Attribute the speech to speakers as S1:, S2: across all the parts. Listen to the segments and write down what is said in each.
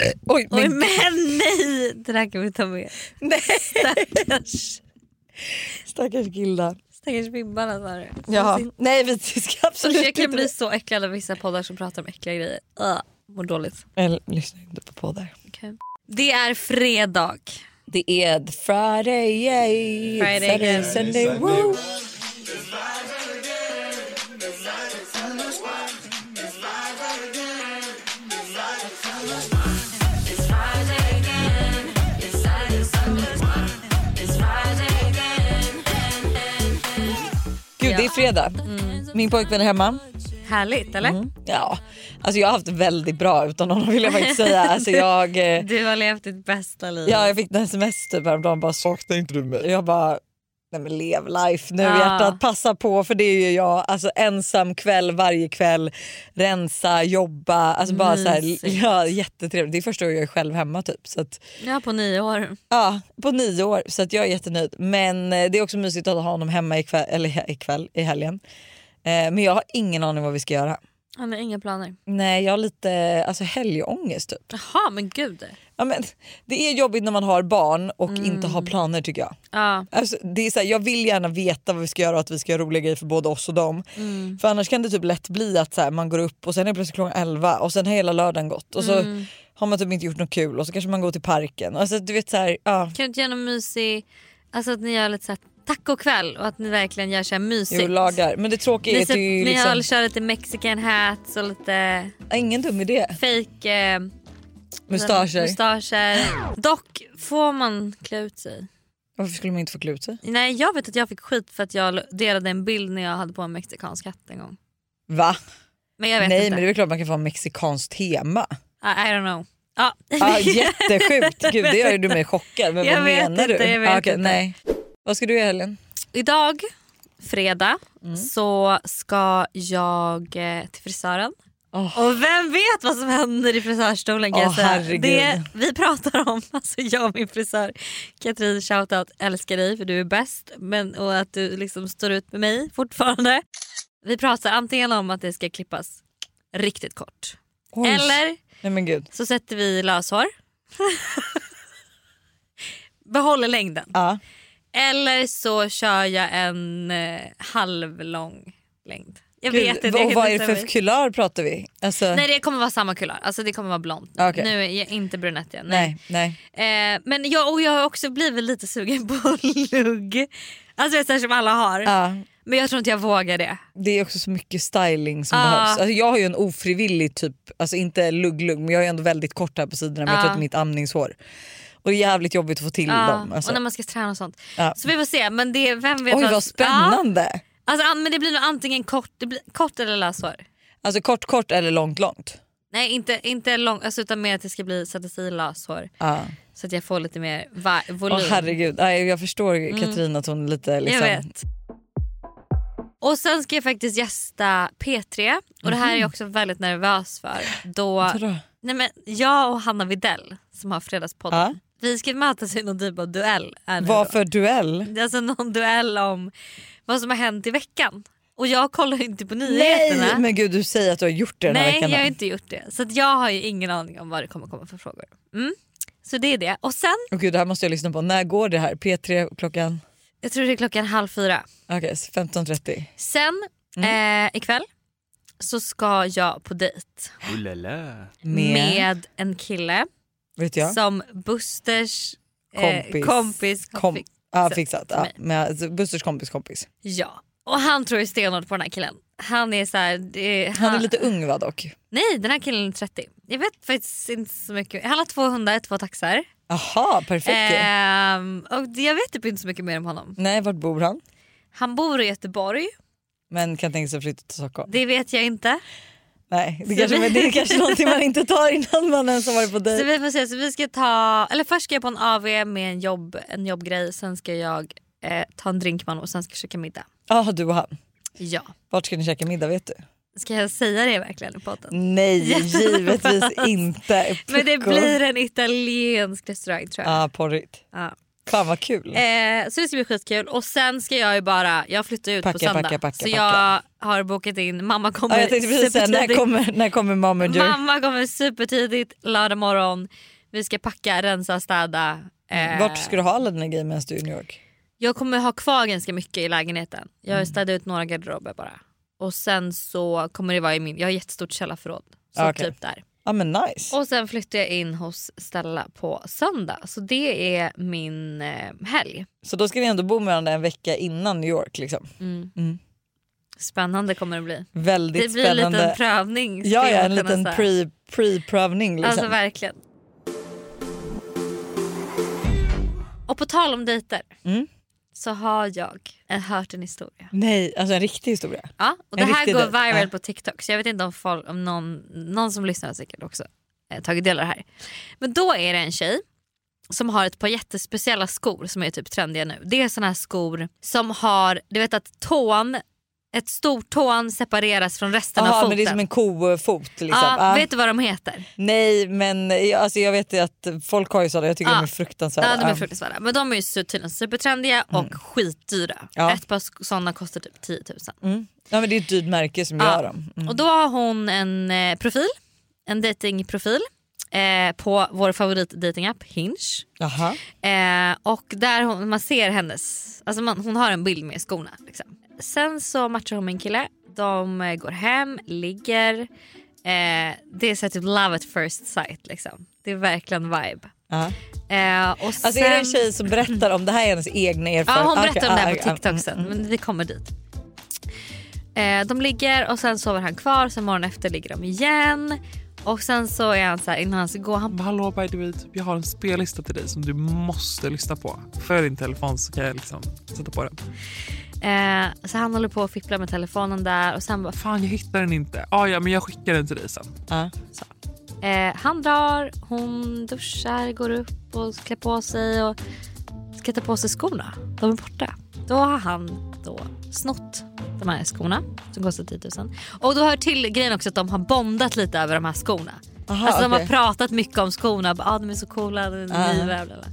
S1: Oj,
S2: Oj,
S1: men
S2: men nej! Det där kan vi ta med.
S1: Nej.
S2: Stackars,
S1: stackars Gilda.
S2: stackars bibbarna sa du.
S1: Ja. Nej vi ska absolut
S2: Jag kan
S1: inte-
S2: bli så äcklad av vissa poddar som pratar om äckliga grejer. Uh, mår dåligt.
S1: Eller lyssna inte på poddar.
S2: Okej. Det är fredag.
S1: Det är the Friday, yay!
S2: Friday
S1: Saturday,
S2: again.
S1: Sunday, woo! Gud, det är fredag. Min pojkvän är hemma.
S2: Härligt eller?
S1: Mm. Ja, alltså jag har haft det väldigt bra utan honom vill jag faktiskt säga. Alltså jag, eh,
S2: Du har levt ditt bästa liv.
S1: ja, jag fick en sms typ häromdagen bara saknar inte du mig? Jag bara nej men lev life nu
S2: Ja.
S1: hjärtat passa på för det är ju jag alltså ensam kväll varje kväll rensa jobba alltså bara så här,
S2: Mysigt.
S1: ja, jättetrevligt. Det är första gången jag är själv hemma typ så att,
S2: Ja, på nio år.
S1: ja, på nio år så att jag är jättenöjd men eh, det är också mysigt att ha honom hemma ikväll, eller ikväll i helgen. Eh, men jag har ingen aning vad vi ska göra.
S2: Han har inga planer.
S1: Nej jag har lite alltså, helgångest typ.
S2: Jaha men gud.
S1: Ja, men, det är jobbigt när man har barn och
S2: Mm.
S1: inte har planer tycker jag.
S2: Ja.
S1: Alltså, det är så här, jag vill gärna veta vad vi ska göra och att vi ska göra roliga grejer för både oss och dem.
S2: Mm.
S1: För annars kan det typ lätt bli att så här, man går upp och sen är det plötsligt klockan 11 och sen har hela lördagen gått och så
S2: Mm.
S1: har man typ inte gjort något kul och så kanske man går till parken. Alltså, du vet så här, ja.
S2: Kan du inte göra någon mysig, alltså att ni gör lite så här tacokväll och att ni verkligen gör så här mysigt.
S1: Jo, lagar. Men det tråkiga är
S2: Ni,
S1: att
S2: så,
S1: det är
S2: ni
S1: ju
S2: har
S1: liksom,
S2: kör lite mexican hats och lite
S1: ingen dum idé.
S2: fake eh,
S1: Mustascher.
S2: mustascher. Dock får man klä ut sig.
S1: Varför skulle man inte få klä ut sig?
S2: Nej jag vet att jag fick skit för att jag delade en bild när jag hade på en mexikansk hatt en gång.
S1: Va?
S2: Men jag vet
S1: Nej
S2: inte.
S1: men det är väl klart man kan få ha mexikanskt tema.
S2: I, I don't know. Ja.
S1: Ja, jättesjukt. Gud, det gör ju du mig chockad. Men
S2: Jag
S1: vad
S2: vet
S1: menar
S2: inte,
S1: du?
S2: jag vet
S1: Ja, okej,
S2: inte.
S1: Nej. Vad ska du göra i helgen?
S2: Idag, fredag, så ska jag eh, till frisören.
S1: Åh.
S2: Och vem vet vad som händer i frisörstolen kan
S1: Åh,
S2: jag säga.
S1: herregud.
S2: Det vi pratar om, alltså jag och min frisör Katrin shoutout älskar dig för du är bäst men, och att du liksom står ut med mig fortfarande. Vi pratar antingen om att det ska klippas riktigt kort
S1: Oj.
S2: eller
S1: Nej men gud.
S2: så sätter vi löshår. Behåller längden.
S1: Ja.
S2: Eller så kör jag en eh, halvlång längd. Jag
S1: Gud,
S2: vet inte.
S1: vad-
S2: jag kan
S1: vad är
S2: inte
S1: det för
S2: säga.
S1: kulör pratar vi? Alltså,
S2: Nej
S1: nej,
S2: det kommer vara samma kulör, alltså det kommer vara blont.
S1: Okej.
S2: Nu är jag inte brunett igen. Nej.
S1: nej. nej.
S2: Eh, men jag, och jag har också blivit lite sugen på lugg. Alltså det är så här som alla har.
S1: Ja,
S2: Men jag tror inte jag vågar det.
S1: det är också så mycket styling som
S2: Ja.
S1: behövs. Alltså, jag har ju en ofrivillig typ, alltså inte lugg-lugg men jag är ändå väldigt kort här på sidorna men jag tar
S2: Ja.
S1: ut mitt amningshår. Och det är jävligt jobbigt att få till
S2: Ja,
S1: dem. Alltså.
S2: Och när man ska träna och sånt.
S1: Ja.
S2: Så vi får se. Men det, vem vet
S1: Oj vad
S2: Ja,
S1: spännande!
S2: alltså, an- men det blir nog antingen kort, det blir kort eller löshår.
S1: Alltså kort kort eller långt långt.
S2: Nej inte, inte långt, alltså, utan mer att det ska bli, sätta sig i löshår.
S1: Ja.
S2: Så att jag får lite mer va- volym. Mm.
S1: Åh herregud, Nej, jag förstår Katrin att hon är lite liksom,
S2: Jag vet. Och sen ska jag faktiskt gästa P3 och det här är jag också väldigt nervös för. Då,
S1: Mhm. Vadå?
S2: nej men, jag och Hanna Videll som har Fredagspodden,
S1: Ja.
S2: vi ska mötas i någon typ av duell. Är nu
S1: Vad
S2: då.
S1: för duell?
S2: Det är alltså någon duell om vad som har hänt i veckan. Och jag kollar ju inte på nyheterna.
S1: Nej men gud du säger att du har gjort det den här
S2: Nej
S1: veckan.
S2: jag har
S1: då.
S2: inte gjort det. Så att jag har ju ingen aning om vad det kommer komma för frågor. Mm. Så det är det. Och sen,
S1: Åh, gud, det här måste jag lyssna på. När går det här? P3 klockan?
S2: jag tror det är klockan halv fyra.
S1: Okej 15.30.
S2: Sen
S1: Mm.
S2: eh, ikväll så ska jag på dejt
S3: Ooh la la.
S1: Med,
S2: med en kille
S1: vet jag?
S2: som Busters Eh,
S1: Kompis.
S2: kompis
S1: Kom,
S2: fick-
S1: ja
S2: så-
S1: fixat.
S2: till
S1: Ja,
S2: mig.
S1: med, alltså, Busters kompis kompis.
S2: Ja. Och han tror ju stenhårt på den här killen. Han är så här, det,
S1: Han är lite ung va dock?
S2: Nej den här killen är 30. Jag vet faktiskt inte så mycket. Han har två hundar, två taxar.
S1: Aha perfekt ju.
S2: Ehm, och det- jag vet typ inte så mycket mer om honom.
S1: Nej vart bor han?
S2: Han bor i Göteborg,
S1: Men kan tänka sig att flytta till Stockholm.
S2: det vet jag inte.
S1: Nej det
S2: Så
S1: kanske,
S2: vi-
S1: men det är kanske någonting man inte tar innan man ens har varit på
S2: Så
S1: dejt.
S2: vi får se, så vi ska ta, eller först ska jag på en AV med en, jobb, en jobbgrej, sen ska jag eh, ta en drink med honom och sen ska jag käka middag.
S1: Ja du och han.
S2: Ja.
S1: Vart ska ni käka middag vet du?
S2: Ska jag säga det verkligen i podden?
S1: Nej givetvis inte.
S2: Men det
S1: Pucko.
S2: blir en italiensk restaurang tror jag.
S1: Ja porrigt.
S2: Ja.
S1: Fan vad kul.
S2: Eh, så det ska bli skitkul och sen ska jag ju bara, jag flyttar ut på
S1: Packa,
S2: söndag.
S1: packa, packa,
S2: så jag har bokat in, mamma
S1: Ja,
S2: kommer
S1: jag tänkte precis säga, när
S2: supertidigt.
S1: kommer, när kommer Momager?
S2: Mamma kommer supertidigt lördag morgon. Vi ska packa, rensa, städa. eh,
S1: Mm. Vart ska du ha alla dina grejer medan du är i New York?
S2: Jag kommer ha kvar ganska mycket i lägenheten. Jag
S1: Mm.
S2: har städat ut några garderober bara. Och sen så kommer det vara i min, jag har jättestort källarförråd. Så
S1: Ah, Okej.
S2: typ där.
S1: Ja men nice.
S2: Och sen flyttar jag in hos Stella på söndag. Så det är min eh, helg.
S1: Så då ska ni ändå bo med varandra en vecka innan New York liksom.
S2: Spännande kommer det bli.
S1: Väldigt
S2: Det blir en
S1: spännande.
S2: liten prövning. skulle
S1: ja, ja
S2: jag
S1: en
S2: kunna
S1: liten
S2: säga.
S1: pre, pre-prövning liksom.
S2: Alltså verkligen. Och på tal om dejter
S1: Mm.
S2: så har jag eh, hört en historia.
S1: Nej, alltså en riktig historia.
S2: Ja, och det
S1: En
S2: här
S1: riktig
S2: går
S1: dejt,
S2: viral
S1: ja.
S2: på TikTok så jag vet inte om, folk, om någon, någon som lyssnar har säkert också eh, tagit del av det här. Men då är det en tjej som har ett par jättespeciella skor som är typ trendiga nu. Det är såna här skor som har, du vet att tån, ett stort tån separeras från resten av
S1: Jaha
S2: foten.
S1: Ah, men det är som en kofot liksom.
S2: ja,
S1: Ah,
S2: Vet du vad de heter?
S1: Nej men jag- alltså, jag vet ju att folk har ju sådana, jag tycker
S2: Ja.
S1: de är fruktansvärda.
S2: Ja, de är
S1: Ah. Mm.
S2: fruktansvärda. Men de är ju så- tydligen supertrendiga och skitdyra.
S1: Ja.
S2: Ett par sk- sådana kostar typ 10 000.
S1: Mm. Ja men det är ett dyrt märke som
S2: Ja.
S1: gör dem. Mm.
S2: Och då har hon en eh, profil, en datingprofil eh, på vår favoritdatingapp Hinge.
S1: Jaha.
S2: Eh, och där hon, man ser hennes, alltså man, hon har en bild med skorna. Liksom. Sen så matchar hon med en kille, de eh, går hem, ligger. Eh, det är så här typ love at first sight liksom. Det är verkligen vibe.
S1: Jaha.
S2: Eh, och
S1: Alltså
S2: sen,
S1: är det en tjej som berättar om det här är hennes egna
S2: Ja
S1: erfarenhet?
S2: hon
S1: Ah,
S2: berättar
S1: okej,
S2: om det
S1: ah,
S2: här på
S1: okej, ah,
S2: TikTok
S1: mm,
S2: sen
S1: mm.
S2: men vi kommer dit. Eh, de ligger och sen sover han kvar sen morgonen efter ligger de igen. Och sen så är han så här innan han ska gå han
S3: Bara, Hallå by the way, typ, jag har en spellista till dig som du måste lyssna på. För din telefon så kan jag liksom sätta på den.
S2: eh, så han håller på och fipplar med telefonen där och sen bara
S3: Fan jag hittar den inte. Ah, ja men jag skickar den till dig sen.
S1: Ah.
S2: Eh, han drar, hon duschar, går upp och klär på sig och ska ta på sig skorna. De är borta. Då har han då snott de här skorna som kostar 10 000. Och då hör till grejen också att de har bondat lite över de här skorna.
S1: Aha,
S2: alltså de har
S1: okej.
S2: pratat mycket om skorna. Bara, Ah, de är så coola. De är
S1: Ah.
S2: nya, bla, bla, bla.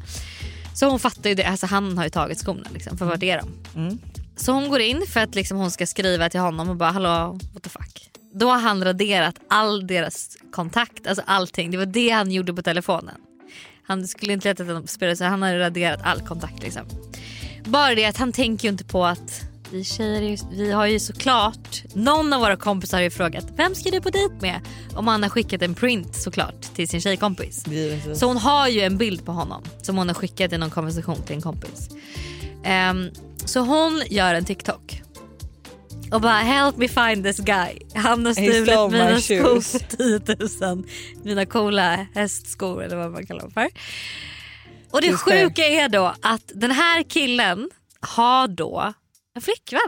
S2: Så hon fattar ju det. Alltså han har ju tagit skorna liksom, för vad är de?
S1: Mm.
S2: Så hon går in för att liksom hon ska skriva till honom och bara hallå what the fuck. Då har han raderat all deras kontakt, alltså allting. Det var det han gjorde på telefonen. Han skulle inte leta efter dem på spelet så han har raderat all kontakt liksom. Bara det att han tänker ju inte på att vi tjejer är ju, vi har ju såklart, någon av våra kompisar har ju frågat vem ska du på dejt med? Om han har skickat en print såklart till sin tjejkompis.
S1: Givetvis.
S2: Så hon har ju en bild på honom som hon har skickat i någon konversation till en kompis. Ehm, så hon gör en TikTok. Och bara help me find this guy. Han har
S1: stole
S2: stulit
S1: my
S2: mina skor
S1: shoes."
S2: för 10 000. Mina coola hästskor eller vad man kallar dem för. Och det
S1: Just det.
S2: sjuka är då att den här killen har då en flickvän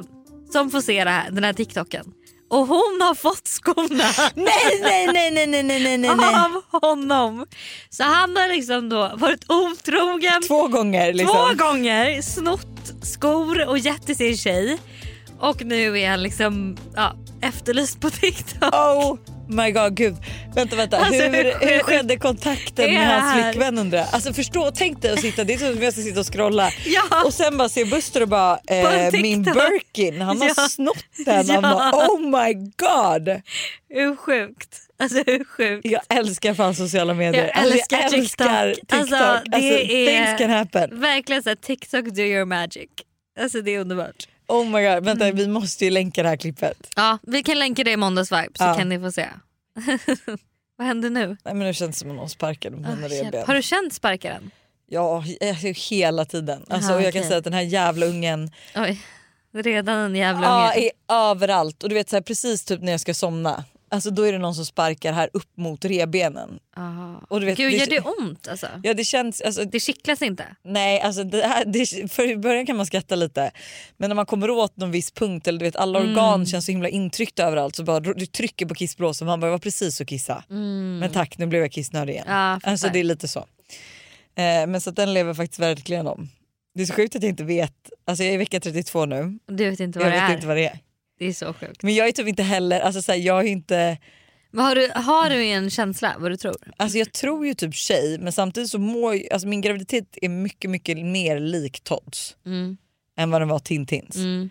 S2: som får se det här, den här TikToken. Och hon har fått skorna
S1: Nej nej nej nej nej nej nej nej. nej.
S2: av honom. Så han har liksom då varit otrogen två,
S1: Två gånger liksom.
S2: gånger, snott skor och gett till sin tjej. Och nu är han liksom ja, efterlyst på TikTok.
S1: Oh my god, gud. Vänta, vänta.
S2: Alltså, hur
S1: hur, hur
S2: sjukt
S1: skedde kontakten
S2: är
S1: med
S2: det
S1: hans
S2: här?
S1: flickvän undrar jag? Alltså förstå, tänk dig att sitta, det är som om jag ska sitta och scrolla
S2: Ja.
S1: och sen bara se Buster och bara eh,
S2: TikTok.
S1: min Birkin, han har
S2: Ja.
S1: snott den. Han
S2: Ja.
S1: bara, oh my god.
S2: Hur sjukt? Alltså hur sjukt?
S1: Jag älskar fan sociala medier.
S2: Jag
S1: Alltså,
S2: älskar TikTok. Alltså,
S1: Alltså,
S2: det är-
S1: Things can happen.
S2: Verkligen såhär TikTok do your magic. Alltså det är underbart.
S1: Oh my god, vänta
S2: Mm.
S1: vi måste ju länka det här klippet.
S2: Ja, vi kan länka det i måndags vibe så
S1: Ja.
S2: kan ni få se. Vad händer nu?
S1: Nej, men nu känns det som att någon sparkade på mina
S2: Ah,
S1: revben.
S2: hjälp. har du känt sparkaren?
S1: Ja, alltså, hela tiden. Alltså,
S2: Aha,
S1: och jag
S2: okej.
S1: kan säga att den här jävla ungen
S2: Oj, redan en jävla
S1: Ja,
S2: unge.
S1: är överallt. Och du vet så här, precis typ när jag ska somna, alltså då är det någon som sparkar här upp mot rebenen.
S2: Ah.
S1: och du vet,
S2: Gud
S1: det-
S2: gör det ont alltså?
S1: Ja det känns, alltså,
S2: Det kittlas inte?
S1: nej alltså det här, det, för i början kan man skratta lite men när man kommer åt någon viss punkt eller du vet alla
S2: Mm.
S1: organ känns så himla intryckta överallt så bara du trycker på kissblåsan man bara jag var precis och kissa.
S2: Mm.
S1: Men tack nu blev jag kissnödig igen.
S2: Ja, jag fattar.
S1: alltså det är lite så. Eh, men så att den lever faktiskt verkligen om. Det är så sjukt att jag inte vet, alltså jag är i vecka 32 nu,
S2: Du vet inte vad
S1: jag
S2: det
S1: vet
S2: är.
S1: inte vad det är.
S2: Det är så sjukt.
S1: Men jag är typ inte heller, alltså så här, jag är ju inte
S2: Men har, du, har du en känsla vad du tror?
S1: Alltså jag tror ju typ tjej men samtidigt så mår ju, alltså min graviditet är mycket mycket mer lik Todds
S2: Mm.
S1: än vad den var Tintins.
S2: Mm.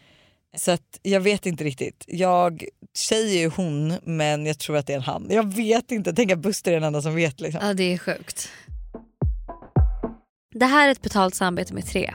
S1: Så att jag vet inte riktigt. Jag, tjej är ju hon men jag tror att det är en han. Jag vet inte, tänk att Buster är den enda som vet liksom.
S2: Ja det är sjukt. Det här är ett betalt samarbete med tre.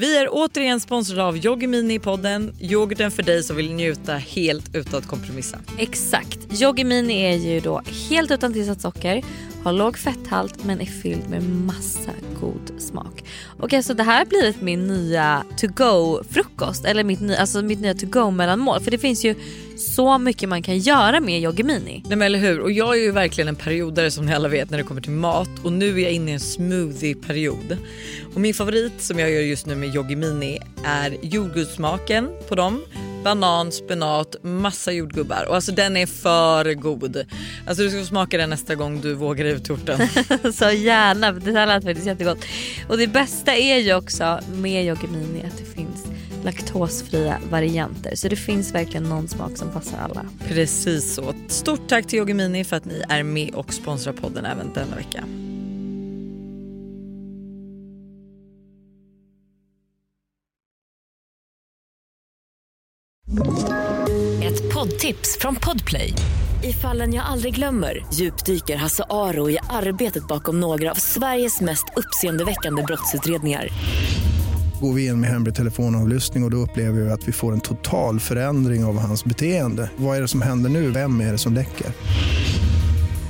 S1: Vi är återigen sponsrade av Yoggi Mini i podden. Yoghurten för dig som vill njuta helt utan att kompromissa.
S2: Exakt. Yoggi Mini är ju då helt utan tillsatt socker, har låg fetthalt men är fylld med massa god smak. Och alltså det här har blivit min nya to go frukost eller mitt, ny, alltså mitt nya to go mellanmål för det finns ju så mycket man kan göra med Yoggi Mini.
S1: Nej men eller hur och jag är ju verkligen en periodare som ni alla vet när det kommer till mat och nu är jag inne i en smoothie-period. Och min favorit som jag gör just nu med Yoggi Mini är jordgubbssmaken på dem. Banan, spenat, massa jordgubbar och alltså den är för god. Alltså du ska få smaka den nästa gång du vågar ut torten.
S2: Så gärna, för det här lät faktiskt jättegott. Och det bästa är ju också med Yoggi Mini att det finns laktosfria varianter. Så det finns verkligen någon smak som passar alla.
S1: Precis så. Stort tack till Yoggi Mini för att ni är med och sponsrar podden även denna vecka.
S4: Ett poddtips från Podplay. I fallen jag aldrig glömmer djupdyker Hasse Aro i arbetet bakom några av Sveriges mest uppseendeväckande brottsutredningar.
S5: går vi in med hemlig telefonavlyssning och, och då upplever vi att vi får en total förändring av hans beteende. Vad är det som händer nu? Vem är det som läcker?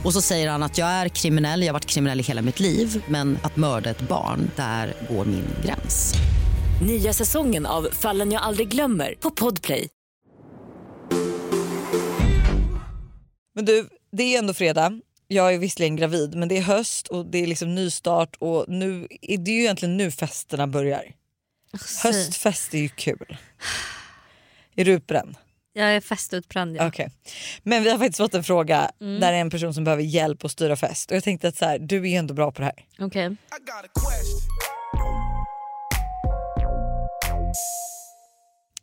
S6: Och så säger han att jag är kriminell, jag har varit kriminell i hela mitt liv men att mörda ett barn, där går min gräns.
S4: Nya säsongen av Fallen jag aldrig glömmer på Podplay.
S1: Men du, det är ändå fredag. Jag är visserligen gravid men det är höst och det är liksom nystart och nu, det är ju egentligen nu festerna börjar.
S2: Alltså,
S1: Höstfest är ju kul. Är du utbränd?
S2: Jag är festutbränd. Ja.
S1: Okej. Men vi har faktiskt fått en fråga där det är en person som behöver hjälp att styra fest och jag tänkte att så här, du är ju ändå bra på det här.
S2: Okej.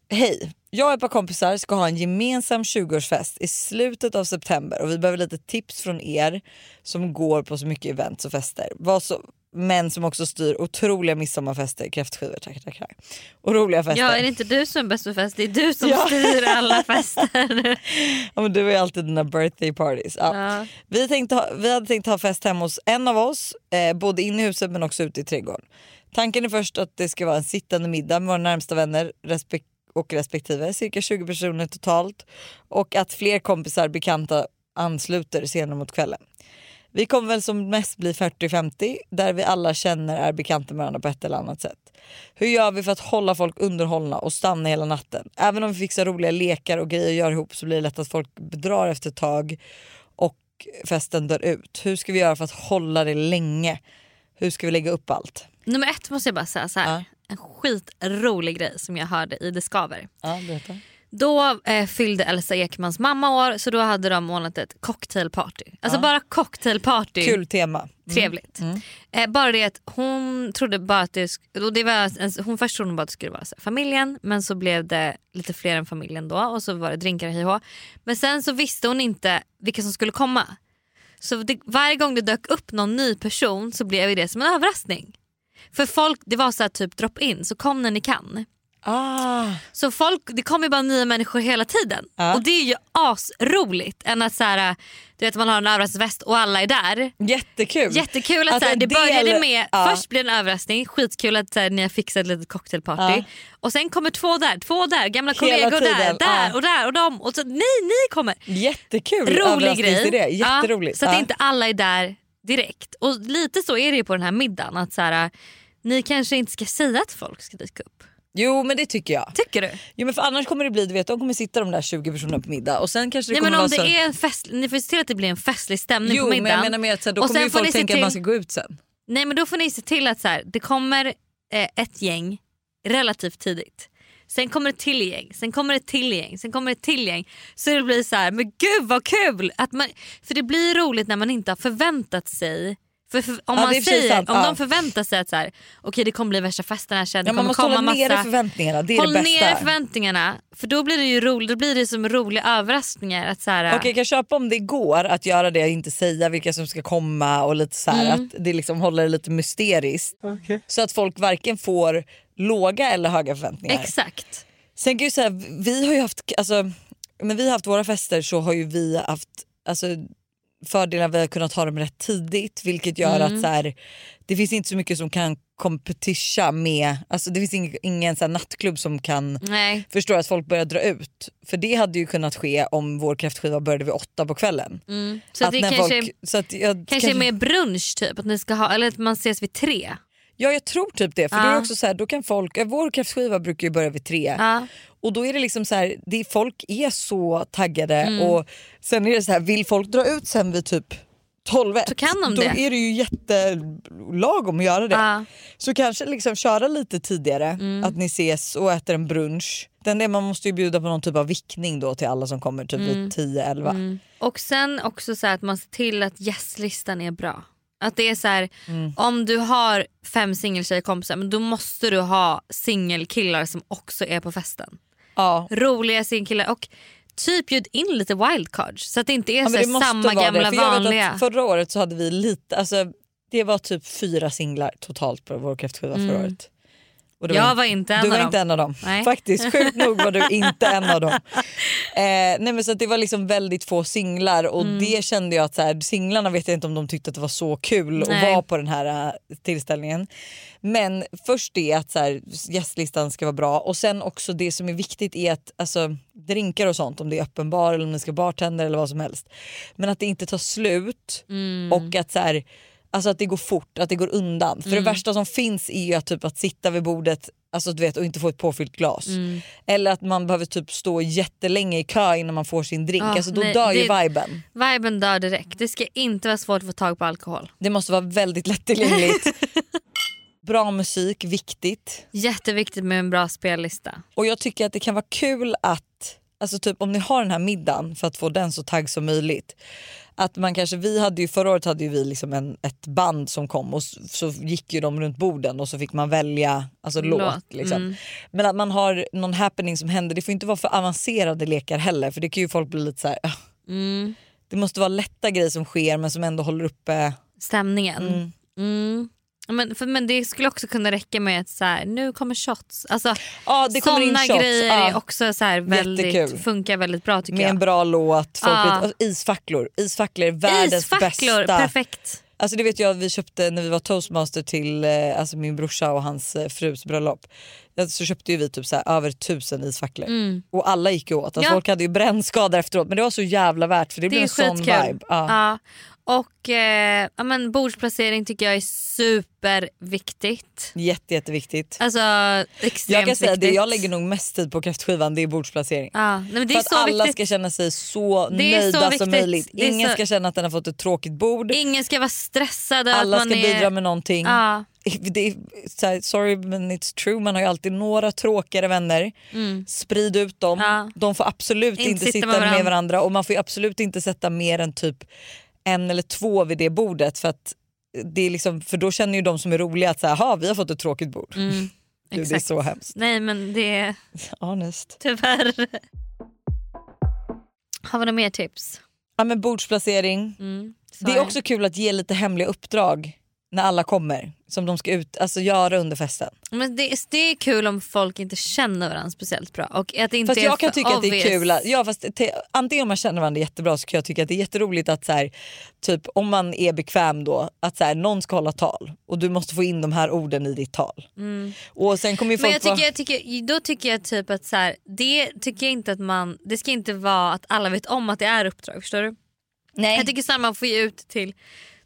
S1: Hej! Jag och ett par kompisar ska ha en gemensam 20-årsfest i slutet av september och vi behöver lite tips från er som går på så mycket events och fester. Vad så, men som också styr otroliga midsommarfester, kräftskivor, tack, tack, tack. och roliga fester.
S2: Ja, är det inte du som är bäst på fest? Det är du som
S1: Ja.
S2: styr alla fester.
S1: Ja, men du är alltid dina birthday parties. Ja.
S2: Ja.
S1: Vi, tänkte ha, vi hade tänkt ha fest hemma hos en av oss, eh, både inne i huset men också ute i trädgården. Tanken är först att det ska vara en sittande middag med våra närmsta vänner respek- och respektive, cirka 20 personer totalt och att fler kompisar bekanta ansluter senare mot kvällen. Vi kommer väl som mest bli 40-50 där vi alla känner är bekanta med varandra på ett eller annat sätt. Hur gör vi för att hålla folk underhållna och stanna hela natten? Även om vi fixar roliga lekar och grejer och gör ihop så blir det lätt att folk bedrar efter ett tag och festen dör ut. Hur ska vi göra för att hålla det länge? Hur ska vi lägga upp allt?
S2: Nummer ett måste jag bara säga så här.
S1: Ja.
S2: En skitrolig grej som jag hörde i Det Skaver.
S1: Ja, berätta.
S2: Då eh, fyllde Elsa Ekmans mamma år så då hade de ordnat ett cocktailparty. Alltså bara cocktailparty.
S1: Kul tema.
S2: Trevligt.
S1: Mm.
S2: Eh, bara det att hon trodde bara att det, sk- och det var, en- hon först trodde hon bara att det skulle vara så här, familjen men så blev det lite fler än familjen då och så var det drinkar hej och hå. Men sen så visste hon inte vilka som skulle komma. Så det, varje gång det dök upp någon ny person så blev ju det som en överraskning. För folk, det var så här typ drop in, så kom när ni kan.
S1: Ah.
S2: Så folk, det kommer ju bara nya människor hela tiden.
S1: Ja.
S2: Och det är ju asroligt. Än att så här, du vet, man har en överraskningsfest och alla är där.
S1: Jättekul.
S2: Jättekul att,
S1: Att
S2: så här,
S1: en
S2: det
S1: Alltså, del-
S2: började med,
S1: ja.
S2: först blir det en överraskning, skitkul att så här, ni har fixat ett litet cocktailparty.
S1: Ja.
S2: Och sen kommer två där, två där, gamla
S1: Hela
S2: kollegor där,
S1: tiden,
S2: där
S1: ja.
S2: och där och dem. Och så, nej, ni kommer.
S1: Jättekul
S2: Rolig
S1: överraskningsidé.
S2: grej.
S1: Jätteroligt.
S2: Ja, så att
S1: Ja.
S2: inte alla är där direkt. Och lite så är det ju på den här middagen. Att så här, ni kanske inte ska säga att folk ska dyka upp.
S1: Jo men det tycker jag.
S2: Tycker du?
S1: Jo, men för annars kommer det bli, du vet, de kommer sitta de där 20 personerna på middag och sen kanske det
S2: Nej,
S1: kommer
S2: men om
S1: vara
S2: det
S1: så...
S2: är en fest, ni får se till att det blir en festlig stämning
S1: Jo
S2: på
S1: men
S2: middagen.
S1: jag menar mer att så här, då
S2: Och
S1: kommer
S2: sen
S1: ju
S2: får
S1: folk
S2: ni se
S1: tänka att
S2: till-
S1: man ska gå ut sen.
S2: Nej men då får ni se till att så här, det kommer eh, ett gäng relativt tidigt. Sen kommer ett till gäng, sen kommer ett till gäng, sen kommer ett till gäng. Så det blir så här, men gud vad kul! Att man, för det blir roligt när man inte har förväntat sig för, för, om man
S1: det är precis
S2: säger,
S1: sant,
S2: om
S1: ja.
S2: de förväntar sig att så här, okej det kommer bli värsta festen här sen, det
S1: Ja, man
S2: kommer
S1: måste
S2: komma
S1: hålla nere
S2: massa...
S1: förväntningarna, det är
S2: Håll
S1: det bästa.
S2: nere förväntningarna för då blir det ju roligt, då blir det som roliga överraskningar. Att så här,
S1: Okej jag kan köpa om det går att göra det, inte säga vilka som ska komma och lite så här,
S2: Mm.
S1: att det liksom håller det lite mysteriskt. Så att folk varken får låga eller höga förväntningar.
S2: Exakt.
S1: Sen kan jag ju säga, vi har ju haft, alltså, när vi har haft våra fester så har ju vi haft alltså, fördelar vi har kunnat ha dem rätt tidigt vilket gör
S2: Mm.
S1: att så här, det finns inte så mycket som kan kompetisha med, alltså det finns ing, ingen så här, nattklubb som kan
S2: Nej.
S1: förstå att folk börjar dra ut. För det hade ju kunnat ske om vår kräftskiva började vid åtta på kvällen.
S2: Mm. Så att det
S1: när
S2: kanske
S1: folk- så att jag,
S2: Kanske mer brunch typ, att ni ska ha, eller att man ses vid tre.
S1: Ja jag tror typ det för då är
S2: Ja.
S1: det också så här, då kan folk, ja, vår kräftskiva brukar ju börja vid tre.
S2: Ja.
S1: Och då är det liksom så här, det är, folk är så taggade
S2: Mm.
S1: och sen är det så här, vill folk dra ut sen vid typ 12
S2: Så kan de
S1: då
S2: det.
S1: är det ju jättelagom att göra det.
S2: Ja. Mm.
S1: Så kanske liksom köra lite tidigare, att ni ses och äter en brunch. Den där man måste ju bjuda på någon typ av vickning då till alla som kommer typ
S2: Mm.
S1: vid 10-11.
S2: Och sen också så här att man ser till att gästlistan är bra. Att det är så här,
S1: Mm.
S2: om du har fem singeltjejkompisar men då måste du ha singelkillar som också är på festen.
S1: Ja.
S2: Roliga singelkillar och typ bjud in lite wildcards så att det inte är
S1: Ja,
S2: så
S1: men det
S2: här
S1: måste
S2: samma
S1: vara
S2: gamla
S1: det. För jag vet
S2: vanliga.
S1: Att förra året så hade vi lite, alltså, det var typ fyra singlar totalt på vår kräftskiva
S2: Mm.
S1: förra året. Och det
S2: Jag var inte en
S1: du
S2: av
S1: var
S2: dem.
S1: inte en av dem.
S2: Nej.
S1: Faktiskt, sjukt nog var du inte en av dem. Eh, nej men så att det var liksom väldigt få singlar och
S2: Mm.
S1: det kände jag att så här, singlarna vet jag inte om de tyckte att det var så kul
S2: Nej.
S1: att vara på den här eh, tillställningen. Men först det att så här, gästlistan ska vara bra och sen också det som är viktigt är att alltså, drinkar och sånt om det är öppen bar eller om ni ska bartender eller vad som helst. Men att det inte tar slut
S2: Mm.
S1: och att så här, Alltså att det går fort, att det går undan. För
S2: Mm.
S1: det värsta som finns är ju att, typ, att sitta vid bordet alltså, du vet, och inte få ett påfyllt glas.
S2: Mm.
S1: Eller att man behöver typ stå jättelänge i kö innan man får sin drink.
S2: Ah,
S1: alltså, då
S2: nej,
S1: dör ju
S2: det-
S1: viben.
S2: Viben dör direkt. Det ska inte vara svårt att få tag på alkohol.
S1: Det måste vara väldigt lättillgängligt. Bra musik, viktigt.
S2: Jätteviktigt med en bra spellista.
S1: Och jag tycker att det kan vara kul att, alltså typ om ni har den här middagen för att få den så tagg som möjligt. Att man kanske, vi hade ju förra året hade ju vi liksom en, ett band som kom och så, så gick ju de runt borden och så fick man välja alltså låt.
S2: Låt,
S1: liksom.
S2: mm.
S1: Men att man har någon happening som händer, det får inte vara för avancerade lekar heller för det kan ju folk bli lite så här. "Ugh."
S2: Mm.
S1: Det måste vara lätta grejer som sker men som ändå håller uppe.
S2: stämningen.
S1: Mm.
S2: Mm. Men, för, men det skulle också kunna räcka med att så här, nu kommer shots. Alltså,
S1: Ja det kommer in
S2: sådana
S1: shots.
S2: grejer
S1: Ja.
S2: är också så här väldigt,
S1: Jättekul.
S2: funkar väldigt bra tycker
S1: Med en
S2: jag.
S1: bra låt, folk
S2: Ja.
S1: blir- och isfacklor. Isfacklor är världens
S2: Isfacklor,
S1: bästa.
S2: perfekt.
S1: Alltså det vet jag vi köpte när vi var toastmaster till eh, alltså min brorsa och hans eh, frus bröllop. Ja, Så köpte ju vi typ så här över tusen isfacklor
S2: Mm.
S1: och alla gick ju åt. Alltså
S2: Ja.
S1: Folk hade ju brännskador efteråt men det var så jävla värt för det,
S2: Det
S1: blev
S2: är
S1: en sån
S2: skitkul.
S1: vibe. Ja.
S2: Ja. Och eh, ja, men bordsplacering tycker jag är superviktigt.
S1: Jätte, jätteviktigt.
S2: Alltså extremt
S1: Jag kan säga
S2: viktigt.
S1: det jag lägger nog mest tid på kräftskivan det är bordsplacering.
S2: ja. Nej, men det
S1: för
S2: är
S1: att
S2: så
S1: alla
S2: viktigt.
S1: ska känna sig så
S2: Det är så
S1: nöjda som
S2: viktigt.
S1: möjligt.
S2: Det är
S1: Ingen
S2: så-
S1: ska känna att den har fått ett tråkigt bord.
S2: Ingen ska vara stressad över
S1: alla
S2: att
S1: ska
S2: man är...
S1: bidra med någonting.
S2: Ja.
S1: det är, så här, sorry men it's true, man har ju alltid några tråkigare vänner. Sprid ut dem.
S2: Mm. Ja.
S1: De får absolut
S2: Inte
S1: inte,
S2: sitta
S1: sitta
S2: med
S1: med varandra.
S2: varandra.
S1: och man får ju absolut inte sätta mer än typ en eller två vid det bordet för att det är liksom, för då känner ju de som är roliga att så här, "Ha, vi har fått ett tråkigt bord.
S2: Mm,
S1: Gud, det är
S2: exakt.
S1: så hemskt.
S2: Nej men det är
S1: Honest.
S2: tyvärr. Har vi några mer tips?
S1: Ja, men bordsplacering.
S2: Mm,
S1: Det är också kul att ge lite hemliga uppdrag. när alla kommer som de ska ut, alltså göra under festen.
S2: Men det, det är kul om folk inte känner varandra speciellt bra. Och att det inte
S1: Fast
S2: är
S1: jag kan
S2: för
S1: tycka att det
S2: obvious.
S1: är kul, att, ja, fast te, antingen om man känner varandra jättebra så kan jag tycka att det är jätteroligt att så här, typ, om man är bekväm då att så här, någon ska hålla tal och du måste få in de här orden i ditt tal. Och sen kommer ju
S2: Mm. Men
S1: folk
S2: jag
S1: vara-
S2: tycker, jag tycker, då tycker jag typ att så här, det tycker jag inte att man, det ska inte vara att alla vet om att det är uppdrag. Förstår du?
S1: Nej.
S2: Jag tycker snarare man får ge ut till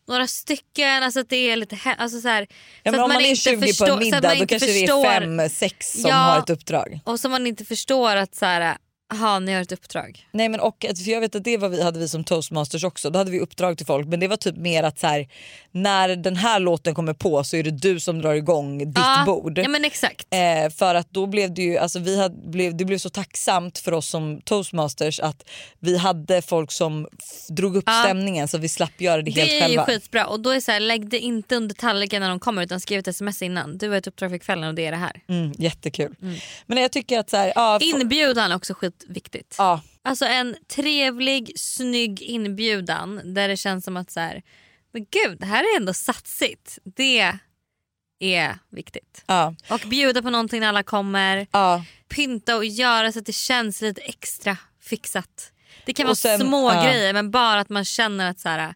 S2: några stycken, alltså att det är lite he- alltså så här,
S1: Ja, men
S2: att
S1: om man är
S2: inte
S1: 20
S2: förstår-
S1: på
S2: så
S1: en
S2: att
S1: middag
S2: man
S1: då
S2: inte
S1: kanske
S2: förstår-
S1: det är fem, sex som
S2: Ja.
S1: har ett uppdrag.
S2: Och så man inte förstår att så här, aha, ni har ett uppdrag.
S1: Nej men och, för jag vet att det var vi, hade vi som toastmasters också, då hade vi uppdrag till folk men det var typ mer att så här, när den här låten kommer på så är det du som drar igång ditt
S2: Ja,
S1: bord.
S2: Ja men exakt.
S1: Eh, för att då blev det ju, alltså vi hade, blev, det blev så tacksamt för oss som toastmasters att vi hade folk som f- drog upp
S2: Ja.
S1: stämningen så vi slapp göra det,
S2: Det
S1: helt
S2: är ju
S1: själva.
S2: skitbra och då är det så här, lägg det inte under tallriken när de kommer utan skriv ett sms innan. Du har ett uppdrag för kvällen och det är det här.
S1: Mm, jättekul. Men jag tycker att så här, ja, f-
S2: Inbjudan är också skitviktigt.
S1: ja,
S2: Alltså en trevlig, snygg inbjudan där det känns som att så här, men gud, det här är ändå satsigt. Det är viktigt.
S1: ja,
S2: Och bjuda på någonting när alla kommer.
S1: ja.
S2: Pynta och göra så att det känns lite extra fixat. Det kan
S1: Och
S2: vara
S1: sen-
S2: små
S1: ja.
S2: grejer men bara att man känner att så här,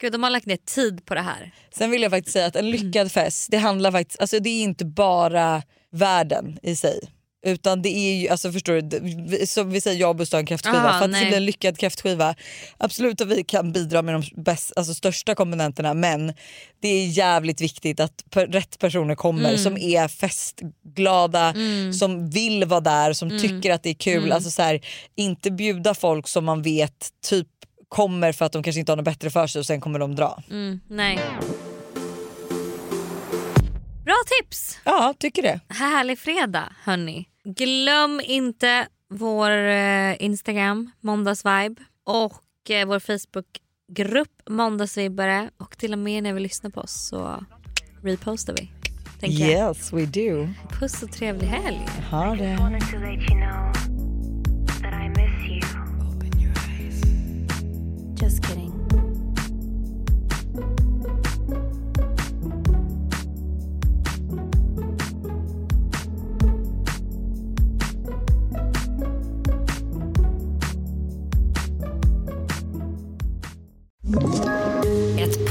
S2: gud, de har lagt ner tid på det här.
S1: Sen vill jag faktiskt säga att en
S2: Mm.
S1: lyckad fest, det handlar faktiskt, alltså det är inte bara världen i sig. Utan det är ju, alltså förstår du, det- vi- som vi säger jag och Buster har en kräftskiva,
S2: Ah,
S1: för att det ska
S2: nej.
S1: bli en lyckad kräftskiva, absolut att vi kan bidra med de bäst, alltså största komponenterna men det är jävligt viktigt att pe- rätt personer kommer
S2: Mm.
S1: som är festglada, som vill vara där, som
S2: Mm.
S1: tycker att det är kul. Alltså så här, inte bjuda folk som man vet typ kommer för att de kanske inte har något bättre för sig och sen kommer de dra.
S2: Mm, nej. Bra tips!
S1: Ja, tycker det.
S2: Härlig fredag hörni. Glöm inte vår eh, Instagram, måndagsvibe och eh, vår Facebookgrupp måndagsvibbare och till och med när vi lyssnar på oss så repostar vi. Tänker jag.
S1: Yes we do.
S2: Puss och trevlig helg.
S1: Ha det.
S7: wanted to let you know that I miss you. Open your eyes. Just kidding.
S4: Ett